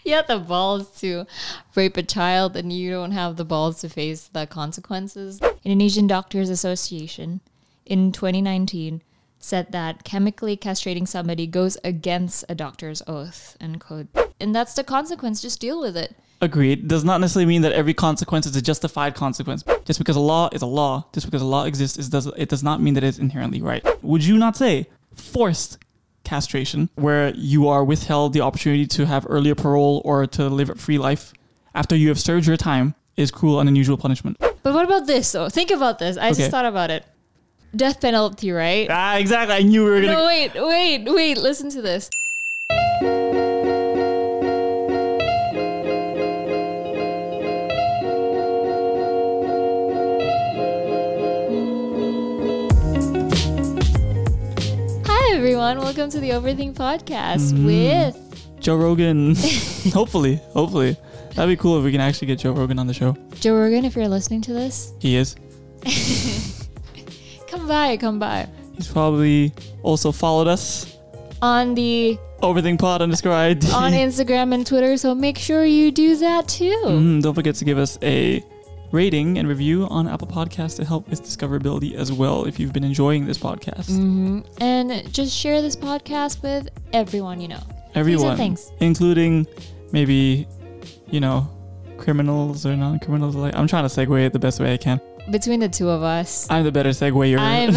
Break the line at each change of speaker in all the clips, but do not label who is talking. you have the balls to rape a child and you don't have the balls to face the consequences. Indonesian Doctors Association in 2019 said that chemically castrating somebody goes against a doctor's oath and code. And that's the consequence. Just deal with it.
Agreed. Does not necessarily mean that every consequence is a justified consequence. Just because a law is a law, just because a law exists, it does, it does not mean that it's inherently right. Would you not say forced castration, where you are withheld the opportunity to have earlier parole or to live a free life after you have served your time, is cruel and unusual punishment?
But what about this though? Think about this. I
Okay.
just thought about it. Death penalty, right?
Ah, exactly. I knew we were gonna.
No, wait, wait, wait. Listen to this. Hi, everyone. Welcome to the Overthink Podcast
Mm.
with
Joe Rogan. hopefully, hopefully, that'd be cool if we can actually get Joe Rogan on the show.
Joe Rogan. If you're listening to this,
He is.
come by, come by.
He's probably also followed us.
On the
Overthink pod underscore ID.
on Instagram and Twitter, so make sure you do that too.
Mm, don't forget to give us a rating and review on Apple Podcasts to help with discoverability as well if you've been enjoying this podcast.
hmm And just share this podcast with everyone you know.
Everyone,
thanks.
including maybe, you know, criminals or non criminals. Like I'm trying to segue it the best way I can.
Between the two of us,
I'm the better segue. You're,
I'm.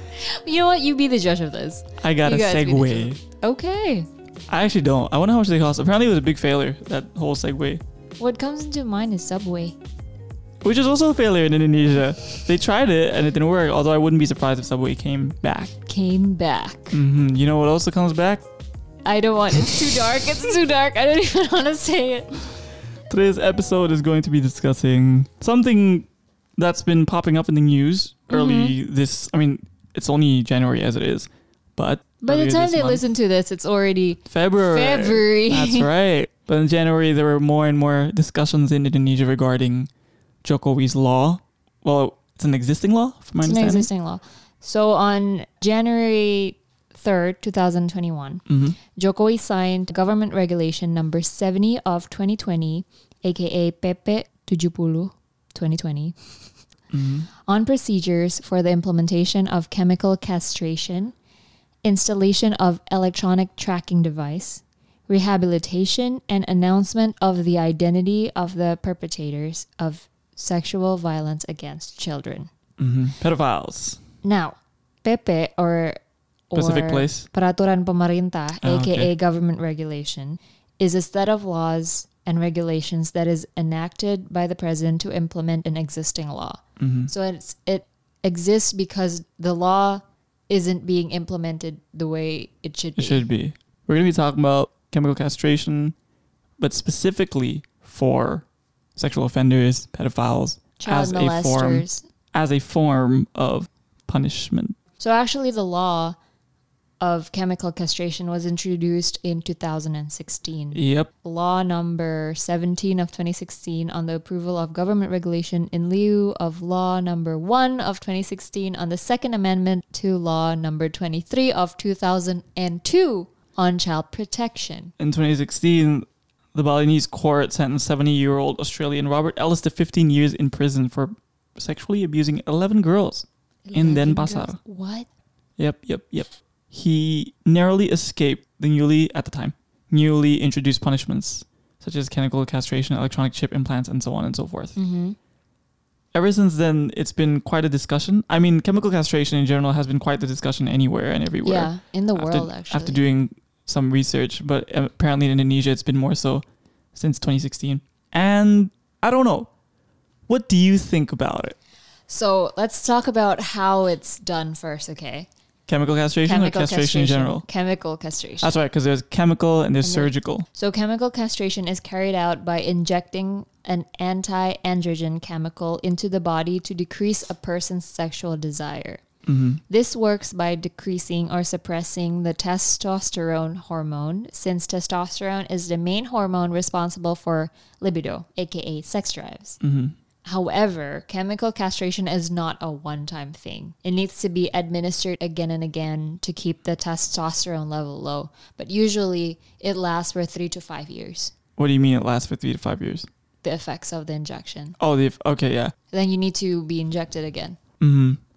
you know what? You be the judge of this.
I got a
you guys be the
segue.
Okay.
I actually don't. I wonder how much they cost. Apparently, it was a big failure, that whole segue,
What comes into mind is Subway.
which is also a failure in Indonesia. They tried it and it didn't work, although I wouldn't be surprised if Subway came back.
Came back. Mm-hmm.
hmm You know what also comes back?
I don't want. It's too dark. It's too dark. I don't even want to say it.
Today's episode is going to be discussing something that's been popping up in the news early
Mm-hmm.
this. I mean, it's only January as it is, but
By
earlier
the time
this
they
month-
listen to this, it's already
February.
February.
That's right. But in January, there were more and more discussions in Indonesia regarding Jokowi's law. Well, it's an existing law, from
It's
my
an
understanding.
existing law. So on January 3rd, 2021,
Mm-hmm.
Jokowi signed government regulation number 70 of 2020, aka Pepe 70 2020,
Mm-hmm.
on procedures for the implementation of chemical castration, installation of electronic tracking device, rehabilitation, and announcement of the identity of the perpetrators of sexual violence against children.
Mm-hmm. Pedophiles.
Now, Pepe or, or
Pacific Place.
Peraturan Pemerintah,
Oh,
aka
okay.
government regulation, is a set of laws and regulations that is enacted by the president to implement an existing law.
Mm-hmm.
So it's it exists because the law isn't being implemented the way it should
It
be.
should be. We're going to be talking about chemical castration, but specifically for sexual offenders, pedophiles,
Child
as a form
molesters.
as a form of punishment.
So actually, the law of chemical castration was introduced in 2016.
Yep.
law number 17 of 2016 on the approval of government regulation in lieu of law number 1 of 2016 on the second amendment to law number 23 of 2002 on child protection
In 2016, the Balinese court sentenced 70-year-old Australian Robert Ellis to 15 years in prison for sexually abusing 11 girls in Denpasar.
what
Yep, yep, yep. He narrowly escaped the newly, at the time, newly introduced punishments such as chemical castration, electronic chip implants, and so on and so forth. Ever since then, it's been quite a discussion. I mean, chemical castration in general has been quite the discussion anywhere and everywhere.
yeah in the
after,
world actually
after doing some research, but apparently in Indonesia, it's been more so since 2016. And I don't know. What do you think about it?
so let's talk about how it's done first okay
Chemical castration or castration, in general?
chemical castration
That's right, because there's chemical and there's
And then-
surgical.
So, chemical castration is carried out by injecting an anti androgen chemical into the body to decrease a person's sexual desire. This works by decreasing or suppressing the testosterone hormone, since testosterone is the main hormone responsible for libido, aka sex drives. However, chemical castration is not a one time thing. It needs to be administered again and again to keep the testosterone level low. But usually it lasts for three to five years,
What do you mean it lasts for three to five years?
the effects of the injection.
Oh, the okay, yeah. Mm-hmm.
Then you need to be injected again.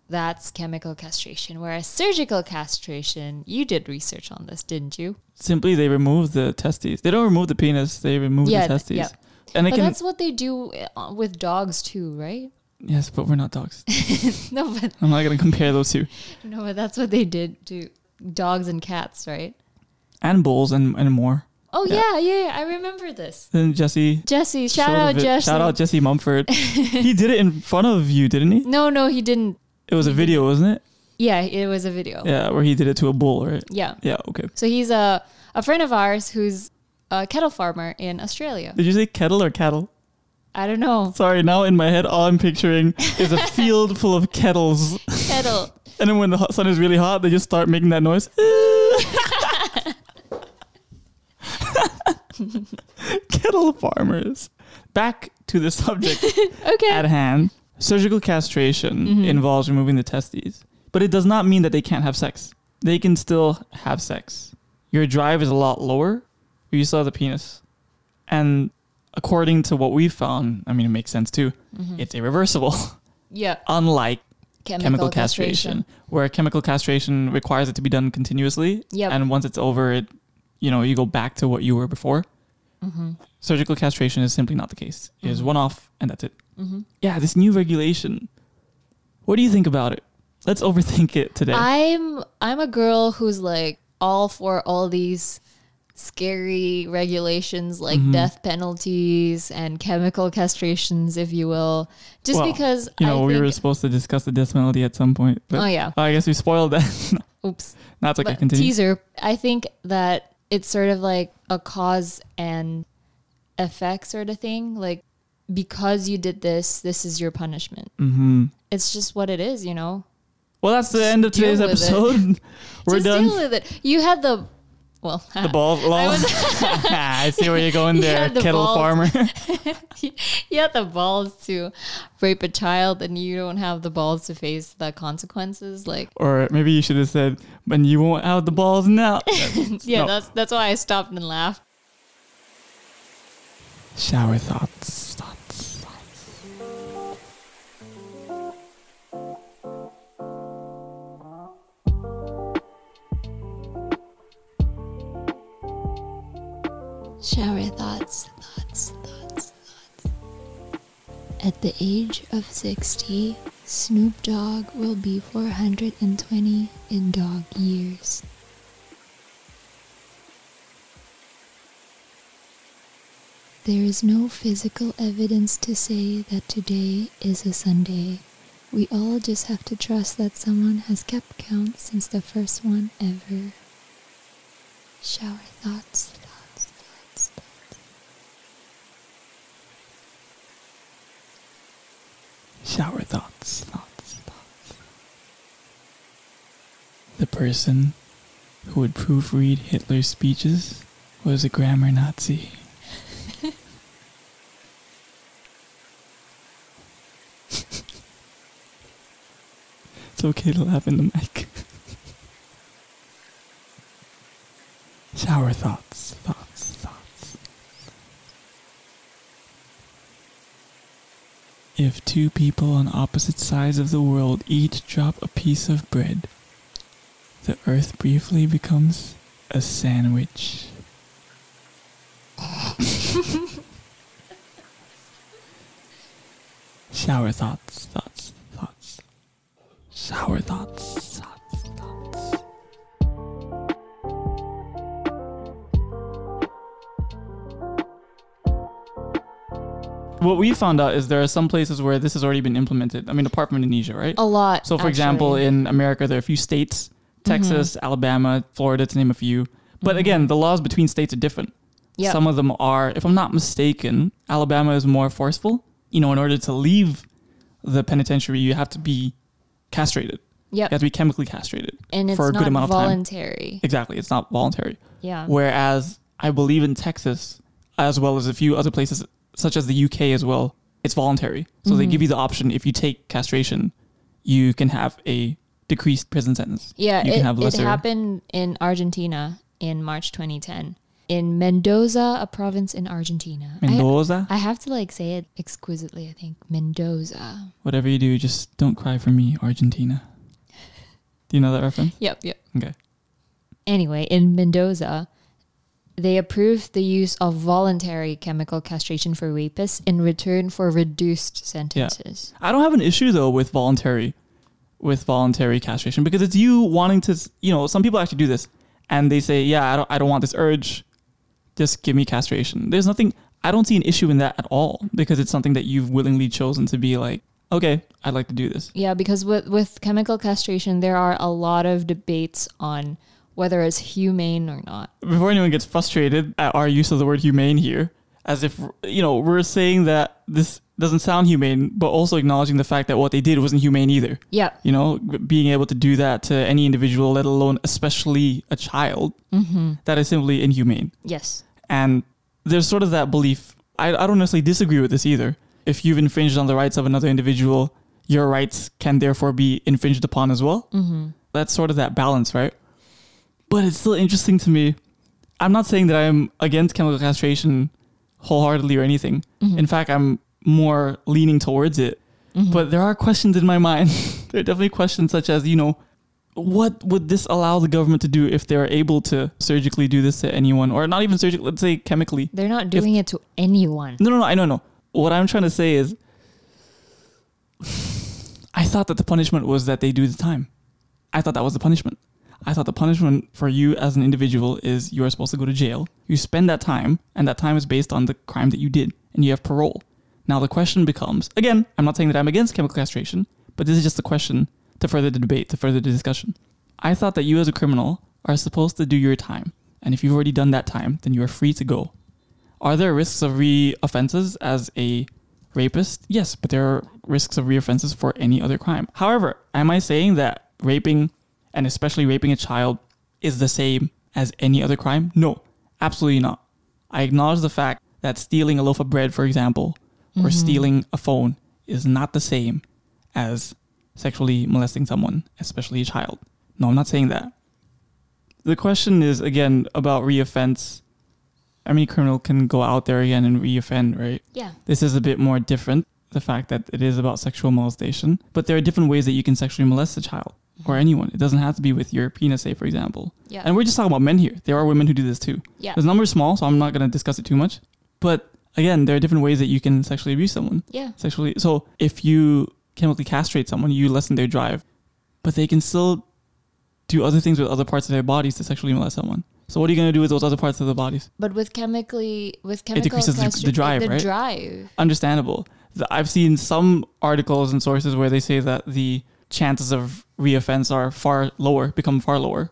That's chemical castration. Whereas surgical castration, you did research on this, didn't you?
Simply, they remove the testes. They don't remove the penis. They remove
Yeah,
the
th-
testes.
yep.
And it
But
can
that's what they do uh, with dogs too, right?
yes, but we're not dogs.
No, but
I'm not gonna compare those two.
no, but that's what they did to dogs and cats, right?
And bulls and and more.
Oh yeah,
Yeah.
yeah, yeah I remember this.
Then Jesse.
Jesse, shout
showed a
out
vi-
Jesse.
Shout out Jesse Mumford. he did it in front of you, didn't he?
No, no, he didn't.
It was a video, wasn't it?
Yeah, it was a video. Yeah.
Yeah, where he did it to a bull, right? Yeah. Okay.
So he's a a friend of ours who's a kettle farmer in Australia.
Did you say kettle or cattle?
I don't know.
Sorry, now in my head, all I'm picturing is a field full of kettles.
Kettle.
And then when the hot sun is really hot, they just start making that noise. Kettle farmers. Back to the subject
Okay.
at hand. Surgical castration involves removing the testes, but it does not mean that they can't have sex. They can still have sex. Your drive is a lot lower. You still have the penis. And according to what we found, I mean, it makes sense too. It's irreversible,
yeah.
unlike
Chemical,
chemical castration, where chemical castration requires it to be done continuously.
Yep.
And once it's over, it, you know, you go back to what you were before.
Mm-hmm.
Surgical castration is simply not the case. It is one off, and that's it.
Mm-hmm.
Yeah, this new regulation. What do you think about it? Let's overthink it today.
I'm I'm a girl who's like all for all these scary regulations like
Mm-hmm.
death penalties and chemical castrations, if you will. Just
Well,
because
you know
I
we
think,
were supposed to discuss the death penalty at some point, but
Oh, yeah.
I guess we spoiled that.
oops.
That's okay.
but
Continue.
teaser. I think that it's sort of like a cause and effect sort of thing. Like because you did this, this is your punishment. Mm-hmm. It's just what it is, you know.
well, that's the end of
deal
today's
with it.
episode. we're
just
done.
deal with it. You had the well,
The ball. Lol. I, see where you're going
You
there,
had the
kettle
balls.
farmer.
you had the balls to rape a child, and you don't have the balls to face the consequences. Like
Or maybe you should have said, "But you won't have the balls now."
yeah,
No.
that's that's why I stopped and laughed.
Shower thoughts. Thoughts.
Shower thoughts, thoughts, thoughts, thoughts. At the age of 60, Snoop Dogg will be 420 in dog years. There is no physical evidence to say that today is a Sunday. We all just have to trust that someone has kept count since the first one ever. Shower thoughts, thoughts, thoughts, thoughts.
Shower thoughts. Thoughts. Thoughts. The person who would proofread Hitler's speeches was a grammar Nazi. it's okay to laugh in the mic. Shower thoughts, thoughts, thoughts. If two people on opposite sides of the world each drop a piece of bread, the earth briefly becomes a sandwich. Shower thoughts, thoughts, thoughts. Shower thoughts, thoughts, thoughts. What we found out is there are some places where this has already been implemented. I mean, apart from Indonesia, right?
A lot.
So, for example,
actually. Mm-hmm.
in America, there are a few states Texas, Alabama, Florida, to name a few. But again, the laws between states are different.
Yep.
Some of them are, if I'm not mistaken, Alabama is more forceful. You know, in order to leave the penitentiary, you have to be castrated.
Yep.
You have to be chemically castrated
and it's
for a
not
good amount of time.
voluntary.
Exactly. It's not voluntary.
Yeah.
Whereas I believe in Texas, as well as a few other places, such as the UK as well, it's voluntary. So
Mm-hmm.
they give you the option if you take castration, you can have a decreased prison sentence.
Yeah,
you
it,
can have
it
lesser.
happened in Argentina in March 2010 in Mendoza, a province in Argentina. I-
Mendoza,
I have to like say it exquisitely, I think. Mendoza.
whatever you do, just don't cry for me, Argentina. Do you know that reference?
Yep, yep.
Okay.
Anyway, in Mendoza, they approved the use of voluntary chemical castration for rapists in return for reduced sentences.
I don't have an issue though with voluntary with voluntary castration because it's you wanting to, s- you know, some people actually do this and they say, "Yeah, I don't I don't want this urge. Just give me castration." There's nothing I don't see an issue in that at all because it's something that you've willingly chosen to be like, "Okay, I'd like to do this."
Yeah, because with, with chemical castration, there are a lot of debates on whether it's humane or not.
Before anyone gets frustrated at our use of the word humane here, as if, you know, we're saying that this doesn't sound humane, but also acknowledging the fact that what they did wasn't humane either.
Yeah,
you know b- being able to do that to any individual let alone especially a child
Mm-hmm.
that is simply inhumane
yes.
and there's sort of that belief I, I don't necessarily disagree with this either if you've infringed on the rights of another individual your rights can therefore be infringed upon as well mm-hmm. that's sort of that balance right but it's still interesting to me i'm not saying that i'm against chemical castration wholeheartedly or anything in fact i'm more leaning towards it
Mm-hmm.
but there are questions in my mind there are definitely questions such as you know what would this allow the government to do if they're able to surgically do this to anyone or not even surgically let's say chemically
They're not doing it to anyone.
no no no i don't know what i'm trying to say is i thought that the punishment was that they do the time i thought that was the punishment i thought the punishment for you as an individual is you are supposed to go to jail you spend that time and that time is based on the crime that you did and you have parole now the question becomes again i'm not saying that i'm against chemical castration but this is just a question to further the debate to further the discussion i thought that you as a criminal are supposed to do your time and if you've already done that time then you are free to go are there risks of re-offenses as a rapist? Yes, but there are risks of re-offenses for any other crime. However, am I saying that raping and especially raping a child is the same as any other crime? No, absolutely not. I acknowledge the fact that stealing a loaf of bread, for example, or stealing a phone is not the same as sexually molesting someone, especially a child. No, I'm not saying that. The question is again about re-offense I mean, criminal can go out there again and reoffend, right?
Yeah.
This is a bit more different. The fact that it is about sexual molestation, but there are different ways that you can sexually molest a child or anyone. It doesn't have to be with your penis, say, for example.
Mm-hmm. Yeah.
And we're just talking about men here. There are women who do this too.
Yeah.
The number is small, so I'm not going to discuss it too much. But again, there are different ways that you can sexually abuse someone
Yeah.
sexually. So if you chemically castrate someone, you lessen their drive, but they can still do other things with other parts of their bodies to sexually molest someone. So what are you going to do with those other parts of the bodies?
But with chemically, with chemical
decreases the- the
castration-
drive,
the
right?
drive.
understandable. The- I've seen some articles and sources where they say that the chances of reoffense are far lower, become far lower.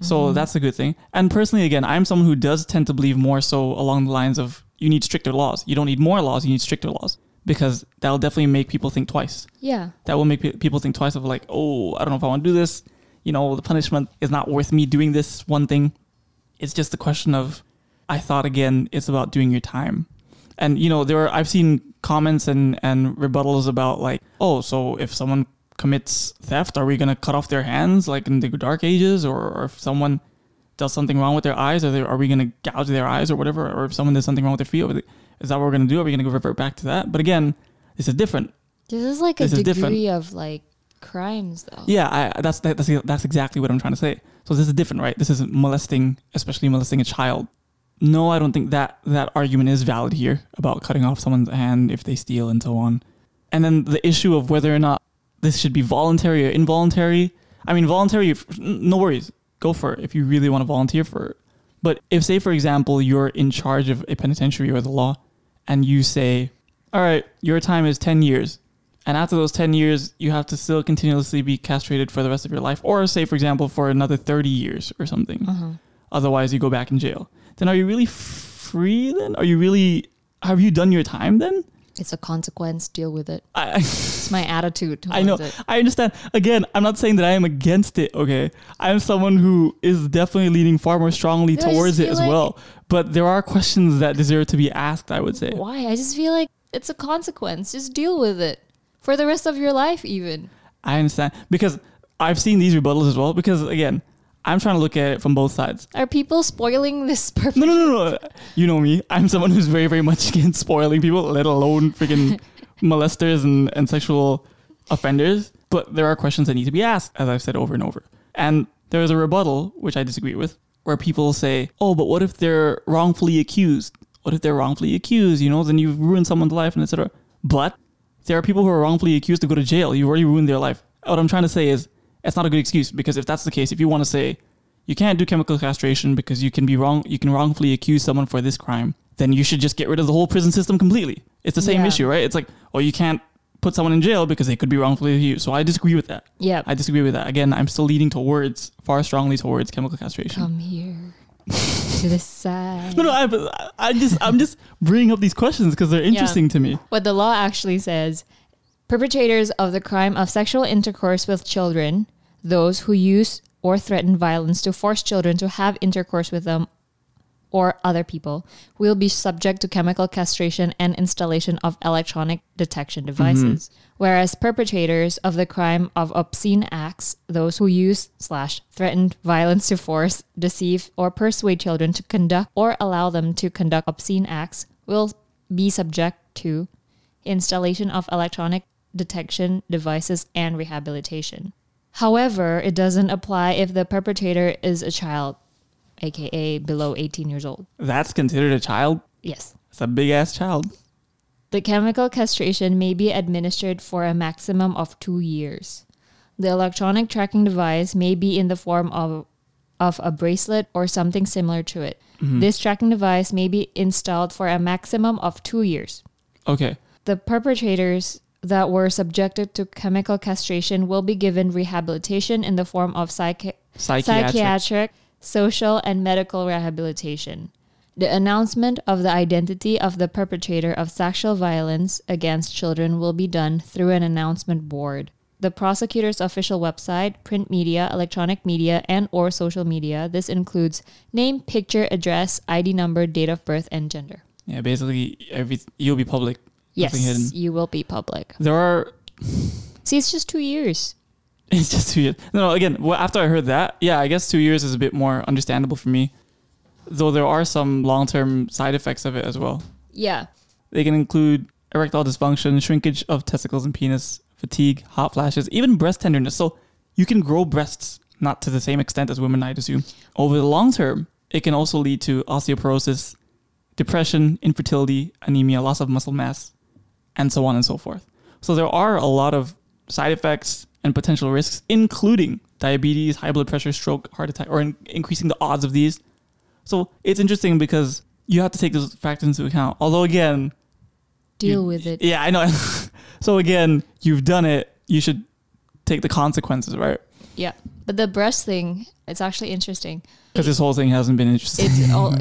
So that's a good thing. And personally, again, I'm someone who does tend to believe more so along the lines of you need stricter laws. You don't need more laws, you need stricter laws because that'll definitely make people think twice.
Yeah.
That will make pe- people think twice of like, oh, I don't know if I want to do this. You know, the punishment is not worth me doing this one thing. It's just the question of, I thought again, it's about doing your time. And you know, there are I've seen comments and and rebuttals about like, oh, so if someone commits theft, are we gonna cut off their hands like in the Dark Ages, or, or if someone does something wrong with their eyes, are they are we gonna gouge their eyes or whatever, or if someone does something wrong with their feet, are they- is that what we're gonna do? Are we gonna go revert back to that? But again, this is different.
This is like
This
a
is different.
degree of like crimes, though.
Yeah, I, that's that's that's exactly what I'm trying to say. So this is different, right? This isn't molesting, especially molesting a child. No, I don't think that that argument is valid here about cutting off someone's hand if they steal and so on. And then the issue of whether or not this should be voluntary or involuntary. I mean, voluntary, f- n- no worries. Go for it if you really want to volunteer for it. But if, say, for example, you're in charge of a penitentiary or the law, and you say, all right, your time is 10 years. And after those 10 years, you have to still continuously be castrated for the rest of your life, or say, for example, for another 30 years or something.
Uh-huh.
Otherwise, you go back in jail. Then are you really f- free then? Are you really, have you done your time then?
It's a consequence. Deal with it.
I,
It's my attitude. Towards
I know.
It.
I understand. Again, I'm not saying that I am against it. Okay, I'm someone who is definitely leaning far more strongly
No, I just
towards it
feel
as
like-
well. But there are questions that deserve to be asked. I would say.
Why? I just feel like it's a consequence. Just deal with it for the rest of your life, even.
I understand because I've seen these rebuttals as well. Because again, I'm trying to look at it from both sides.
Are people spoiling this purpose?
No, no, no, no. You know me. I'm someone who's very, very much against spoiling people, let alone freaking molesters and, and sexual offenders. But there are questions that need to be asked, as I've said over and over. And there is a rebuttal, which I disagree with, where people say, oh, but what if they're wrongfully accused? What if they're wrongfully accused? You know, then you've ruined someone's life and etc. But there are people who are wrongfully accused to go to jail. You've already ruined their life. What I'm trying to say is, that's not a good excuse because if that's the case, if you want to say you can't do chemical castration because you can be wrong, you can wrongfully accuse someone for this crime, then you should just get rid of the whole prison system completely. It's the same
Yeah.
issue, right? It's like, oh, you can't put someone in jail because they could be wrongfully accused. So I disagree with that.
Yep.
I disagree with that. Again, I'm still leaning towards far strongly towards chemical castration.
Come here to the side.
No, no, I, I just I'm just bringing up these questions because they're interesting to me.
What the law actually says perpetrators of the crime of sexual intercourse with children, those who use or threaten violence to force children to have intercourse with them or other people, will be subject to chemical castration and installation of electronic detection devices. Whereas perpetrators of the crime of obscene acts, those who use slash threatened violence to force, deceive, or persuade children to conduct or allow them to conduct obscene acts, will be subject to installation of electronic detection devices and rehabilitation. However, it doesn't apply if the perpetrator is a child, aka below 18 years old.
That's considered a child.
Yes.
It's a big ass child.
The chemical castration may be administered for a maximum of two years. The electronic tracking device may be in the form of, of a bracelet or something similar to it. This tracking device may be installed for a maximum of two years.
Okay.
The perpetrators that were subjected to chemical castration will be given rehabilitation in the form of psychi-
Psychiatric.
psychiatric, social, and medical rehabilitation. The announcement of the identity of the perpetrator of sexual violence against children will be done through an announcement board. The prosecutor's official website, print media, electronic media, and or social media. This includes name, picture, address, ID number, date of birth, and gender.
Yeah, basically every you'll be public. Nothing hidden.
Yes, you will be public.
There are
See, it's just two years.
It's just two years. No, no, again, well, after I heard that, yeah, I guess two years is a bit more understandable for me. Though there are some long term side effects of it as well.
Yeah.
They can include erectile dysfunction, shrinkage of testicles and penis, fatigue, hot flashes, even breast tenderness. So you can grow breasts, not to the same extent as women, I'd assume. Over the long term, it can also lead to osteoporosis, depression, infertility, anemia, loss of muscle mass, and so on and so forth. So there are a lot of side effects and potential risks, including diabetes, high blood pressure, stroke, heart attack, or in- increasing the odds of these. So it's interesting because you have to take those factors into account. Although again,
Deal
you-
with it.
Yeah, I know. so again, you've done it. You should take the consequences, right?
Yeah. But the breast thing, it's actually interesting.
Because this whole thing hasn't been interesting.
It's all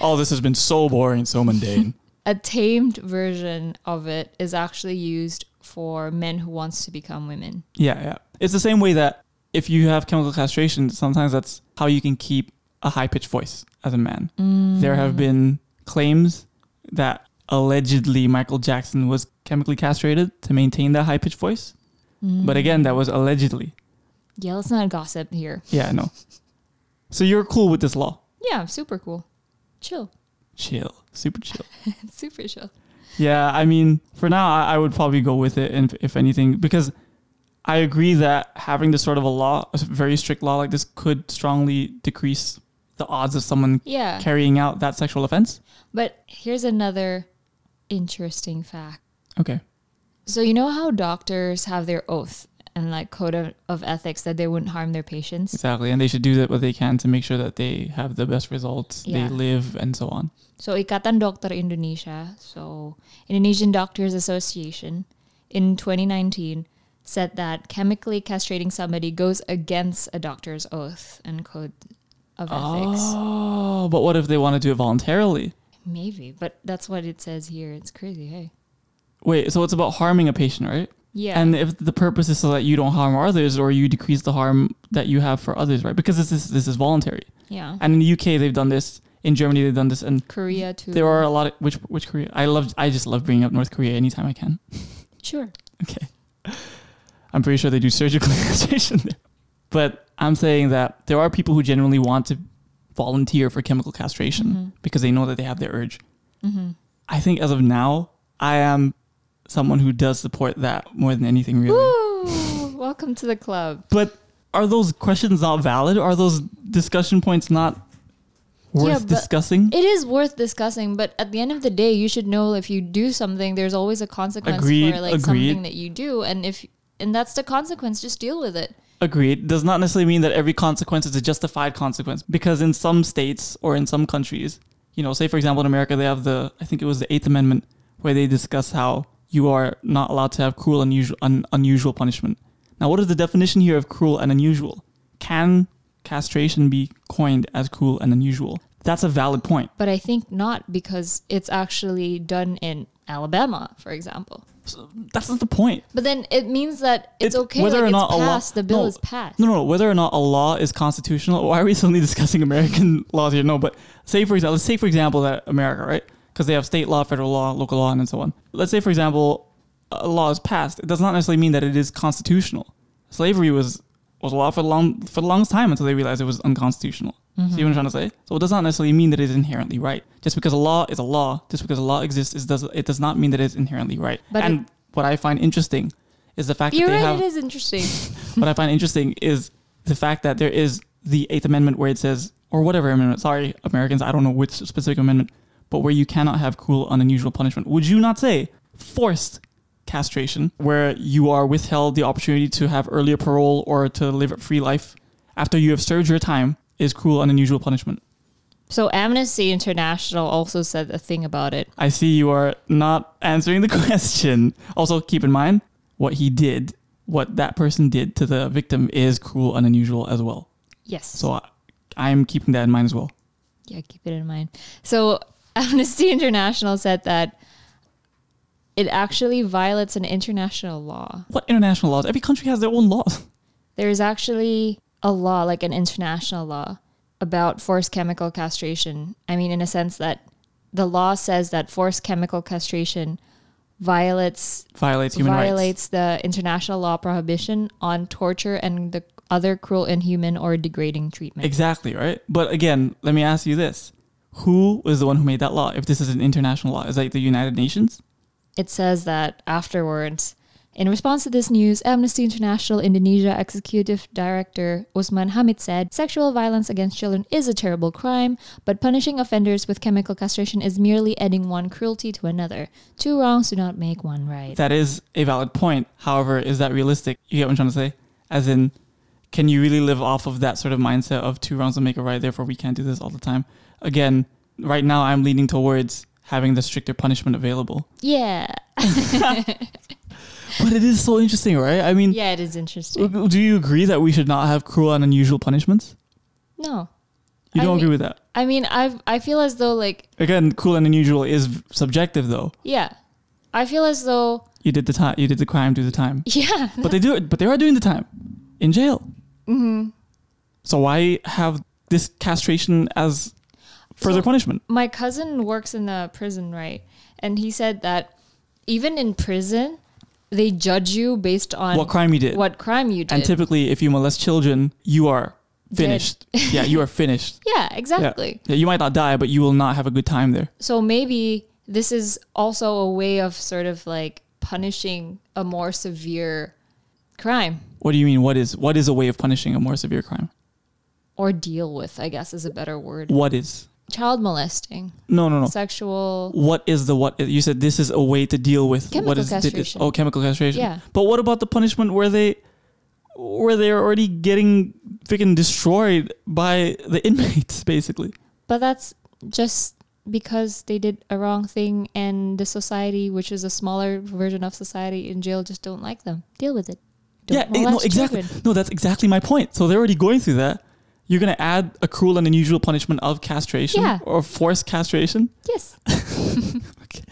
All this has been so boring, so mundane.
a tamed version of it is actually used for men who wants to become women.
yeah, yeah. It's the same way that if you have chemical castration, sometimes that's how you can keep a high pitched voice as a man. There
Mm.
have been claims that allegedly Michael Jackson was chemically castrated to maintain that high pitched voice. But again, that was allegedly.
Yeah, let's not gossip here.
Yeah, I know. So you're cool with this law.
Yeah, super cool. Chill.
Chill. Super chill.
It's super chill.
Yeah, I mean, for now, I, I would probably go with it, and if anything, because I agree that having this sort of a law, a very strict law like this, could strongly decrease the odds of someone
Yeah.
carrying out that sexual offense.
But here's another interesting fact.
Okay.
So you know how doctors have their oath and like code of, of ethics that they wouldn't harm their patients?
Exactly, and they should do that what they can to make sure that they have the best results,
Yeah.
they live, and so on.
So Ikatan Dokter Indonesia, so Indonesian Doctors Association, in 2019 said that chemically castrating somebody goes against a doctor's oath and code of ethics.
Oh, but what if they want to do it voluntarily?
Maybe, but that's what it says here. It's crazy, hey.
Wait, so it's about harming a patient, right?
Yeah.
And if the purpose is so that you don't harm others, or you decrease the harm that you have for others, right? Because this is this is voluntary.
yeah.
And in the UK, they've done this. in Germany they've done this, and
Korea too.
there are a lot of which which Korea. I love. I just love bringing up North Korea anytime I can.
sure.
Okay. I'm pretty sure they do surgical castration there. But I'm saying that there are people who generally want to volunteer for chemical castration
Mm-hmm.
because they know that they have their urge. I think as of now, I am someone who does support that more than anything really.
Woo! Welcome to the club.
But are those questions not valid? Are those discussion points not worth
but-
discussing?
It is worth discussing, but at the end of the day, you should know if you do something, there's always a consequence
Agreed,
for like
agreed.
something that you do, and if and that's the consequence. Just deal with it.
Agreed. Does not necessarily mean that every consequence is a justified consequence because in some states or in some countries, you know, say for example in America they have the I think it was the 8th amendment where they discuss how you are not allowed to have cruel unusual un, unusual punishment. Now what is the definition here of cruel and unusual? Can castration be coined as cruel and unusual? That's a valid point.
But I think not because it's actually done in Alabama, for example.
So that's not the point.
But then it means that it's
It-
okay. Whether or not
a law-
passed, the bill
no,
is passed.
No, no, whether or not a law is constitutional, why are we suddenly discussing American laws here? No, but say for example, let's say for example that America, right? Because they have state law, federal law, local law, and then so on. Let's say for example, a law is passed. It does not necessarily mean that it is constitutional. Slavery was was a law for the long for the longest time until they realized it was unconstitutional. See
Mm-hmm.
what I'm trying to say? So it does not necessarily mean that it is inherently right. Just because a law is a law, just because a law exists, is does it does not mean that it is inherently right.
But
and
it-
what I find interesting is the fact
You're
that they
right.
have
it is interesting.
what I find interesting is the fact that there is the Eighth Amendment where it says, or whatever amendment, sorry, Americans, I don't know which specific amendment, but where you cannot have cruel and unusual punishment. Would you not say forced castration, where you are withheld the opportunity to have earlier parole or to live a free life after you have served your time, is cruel and unusual punishment?
so Amnesty International also said a thing about it.
I see you are not answering the question. Also, keep in mind what he did, what that person did to the victim is cruel and unusual as well.
Yes.
So I, I'm keeping that in mind as well.
Yeah, keep it in mind. So, Amnesty International said that it actually violates an international law.
What international laws? Every country has their own laws.
There is actually a law, like an international law, about forced chemical castration. I mean, in a sense that the law says that forced chemical castration violates
Violates human rights.
violates the international law prohibition on torture and the other cruel, inhuman, or degrading treatment.
Exactly, right? But again, let me ask you this. Who was the one who made that law? If this is an international law, is that the United Nations?
it says that afterwards, in response to this news, Amnesty International Indonesia Executive Director Usman Hamid said, Sexual violence against children is a terrible crime, but punishing offenders with chemical castration is merely adding one cruelty to another. Two wrongs do not make one right.
That is a valid point. However, is that realistic? You get what I'm trying to say? As in, can you really live off of that sort of mindset of two wrongs don't make a right, therefore we can't do this all the time? Again, right now I'm leaning towards having the stricter punishment available.
yeah.
But it is so interesting, right? I mean,
Yeah, it is interesting.
Do you agree that we should not have cruel and unusual punishments?
No.
You
I
don't
mean-
agree with that.
I mean, I've, I feel as though, like,
Again, cruel and unusual is v- subjective, though.
yeah. I feel as though,
You did the time. You did the crime. Do the time.
yeah.
But they do it. But they are doing the time in jail. Mm-hmm. So why have this castration as further
So-
punishment?
my cousin works in the prison, right? And he said that even in prison, they judge you based on
What crime you did?
what crime you did.
And typically, if you molest children, you are finished. yeah, you are finished.
yeah,
Yeah.
exactly.
yeah, you might not die, but you will not have a good time there.
So maybe this is also a way of sort of like punishing a more severe crime
What do you mean? What is what is a way of punishing a more severe crime?
or deal with, I guess is a better word.
What is?
Child molesting,
No, no, no.
sexual.
what is the what you said this is a way to deal with what
Chemical
is did this-
castration.
oh chemical castration
Yeah.
but what about the punishment where they where they're already getting freaking destroyed by the inmates basically
But that's just because they did a wrong thing and the society, which is a smaller version of society in jail, just don't like them. Deal with it. Don't
yeah it- no
molest
exactly
children.
no that's exactly my point so they're already going through that you're going to add a cruel and unusual punishment of castration
Yeah.
or forced castration
Yes.
okay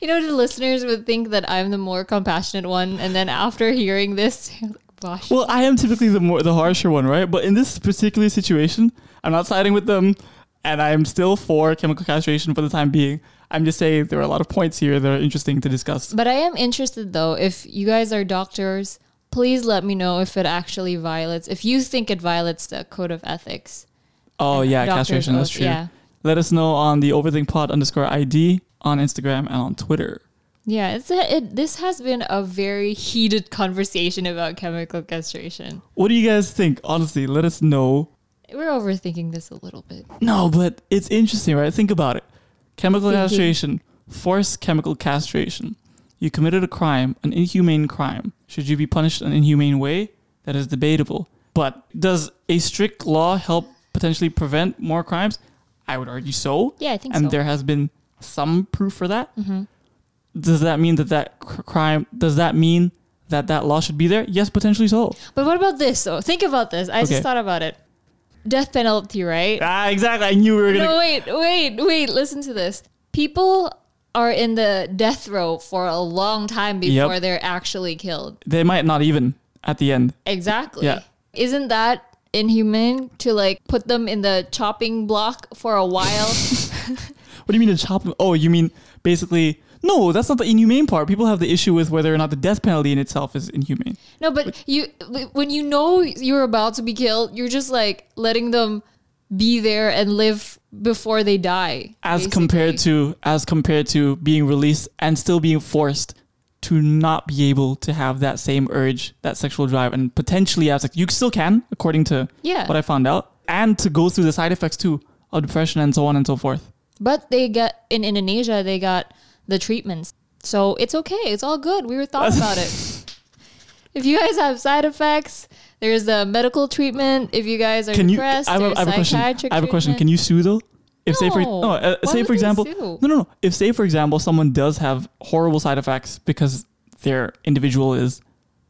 You know, the listeners would think that I'm the more compassionate one. And then after hearing this, like, gosh.
Well, I am typically the more the harsher one, right? But in this particular situation, I'm not siding with them. and I'm still for chemical castration for the time being. I'm just saying there are a lot of points here that are interesting to discuss.
But I am interested though, if you guys are doctors, please let me know if it actually violates, if you think it violates the code of ethics.
Oh yeah,
Doctor's
castration. That's
oath,
true.
yeah.
Let us know on the overthinkpod underscore ID on Instagram and on Twitter.
Yeah, it's a, it, this has been a very heated conversation about chemical castration.
What do you guys think? Honestly, let us know.
We're overthinking this a little bit.
No, but it's interesting, right? Think about it. Chemical
Thinking.
castration, forced chemical castration. You committed a crime, an inhumane crime. Should you be punished an inhumane way? That is debatable. But does a strict law help potentially prevent more crimes? I would argue so.
Yeah, I think
and
so. Mm-hmm.
there has been some proof for that. Does that mean that that cr- crime? Does that mean that that law should be there? Yes, potentially so.
But what about this though? Think about this. I
Okay.
just thought about it. Death penalty, right?
Ah, exactly. I knew we were gonna.
No, wait, wait, wait. Listen to this. People are in the death row for a long time
Yep.
before they're actually killed.
They might not even at the end.
Exactly.
Yeah.
Isn't that inhuman to like put them in the chopping block for a while?
What do you mean to chop them? Oh, you mean basically? No, that's not the inhumane part. People have the issue with whether or not the death penalty in itself is inhumane.
no, but you when you know you're about to be killed, you're just like letting them be there and live before they die.
As
basically.
compared to as compared to being released and still being forced to not be able to have that same urge, that sexual drive, and potentially as like you still can, according to
Yeah.
what I found out, and to go through the side effects too of depression and so on and so forth.
But they get in Indonesia, they got the treatments. So it's okay. It's all good. We were thought about it. If you guys have side effects, there's the medical treatment. If you guys are
Can you? I
depressed,
have, a-
there's
I have a question. I
psychiatric
have a question. Can
treatment.
you sue though? If say for
No.
no, uh,
Why
say
would
for
they
example,
sue?
no, no, no. If say for example, someone does have horrible side effects because their individual is,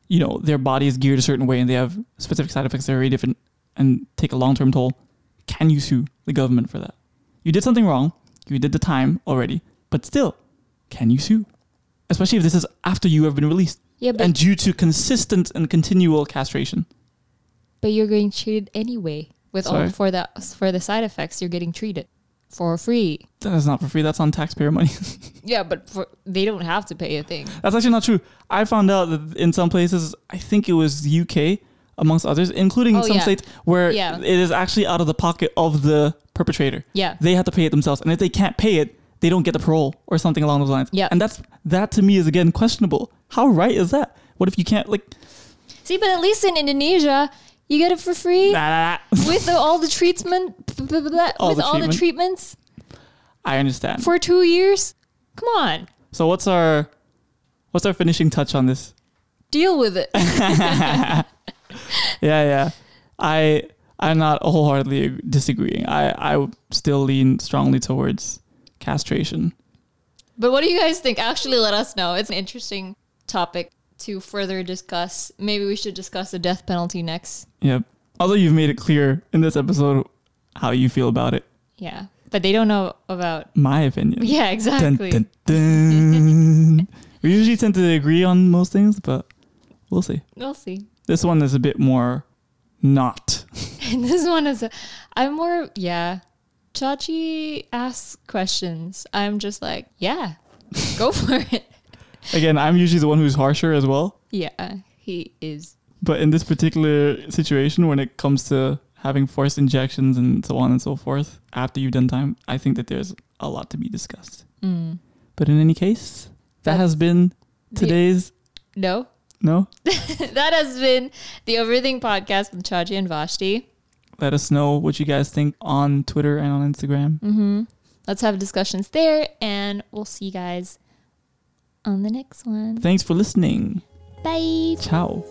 you know, their body is geared a certain way and they have specific side effects that are very different and take a long term toll. Can you sue the government for that? You did something wrong. You did the time already, but still, can you sue? Especially if this is after you have been released
Yeah, but,
and due to consistent and continual castration.
but you're getting treated anyway. With all
Sorry?
for the for the side effects, you're getting treated for free.
That is not for free. That's on taxpayer money.
Yeah, but for, they don't have to pay a thing.
That's actually not true. I found out that in some places, I think it was the UK, amongst others, including
Oh,
some
yeah.
states where
Yeah.
it is actually out of the pocket of the perpetrator.
Yeah.
They have to pay it themselves. And if they can't pay it, they don't get the parole or something along those lines.
Yeah.
And that's that to me is again questionable. How right is that? What if you can't like
See, but at least in Indonesia, you get it for free
nah, nah, nah.
with the, all the treatment, blah, blah, blah, blah,
All
with
the
all the
treatment.
treatments
I understand.
for two years. Come on.
so what's our what's our finishing touch on this?
deal with it.
Yeah, yeah. I I'm not wholeheartedly disagreeing. I I still lean strongly towards castration.
but what do you guys think? Actually, let us know. It's an interesting topic to further discuss. Maybe we should discuss the death penalty next.
Yep. Although you've made it clear in this episode how you feel about it,
Yeah. But they don't know about.
my opinion.
Yeah,
Dun,
exactly.
dun, dun. we usually tend to agree on most things, but we'll see.
We'll see.
This one is a bit more not.
And this one is. A, I'm more. Yeah. Chachi asks questions. I'm just like, yeah, go for it.
Again, I'm usually the one who's harsher as well,
Yeah, he is.
but in this particular situation, when it comes to having forced injections and so on and so forth after you've done time, I think that there's a lot to be discussed.
Mm.
But in any case, that
That's-
has been
the-
today's.
No?
No?
that has been the Overthink podcast with Chachi and Vashti.
let us know what you guys think on Twitter and on Instagram.
Mm-hmm. let's have discussions there and we'll see you guys on the next one
Thanks for listening.
bye
Ciao.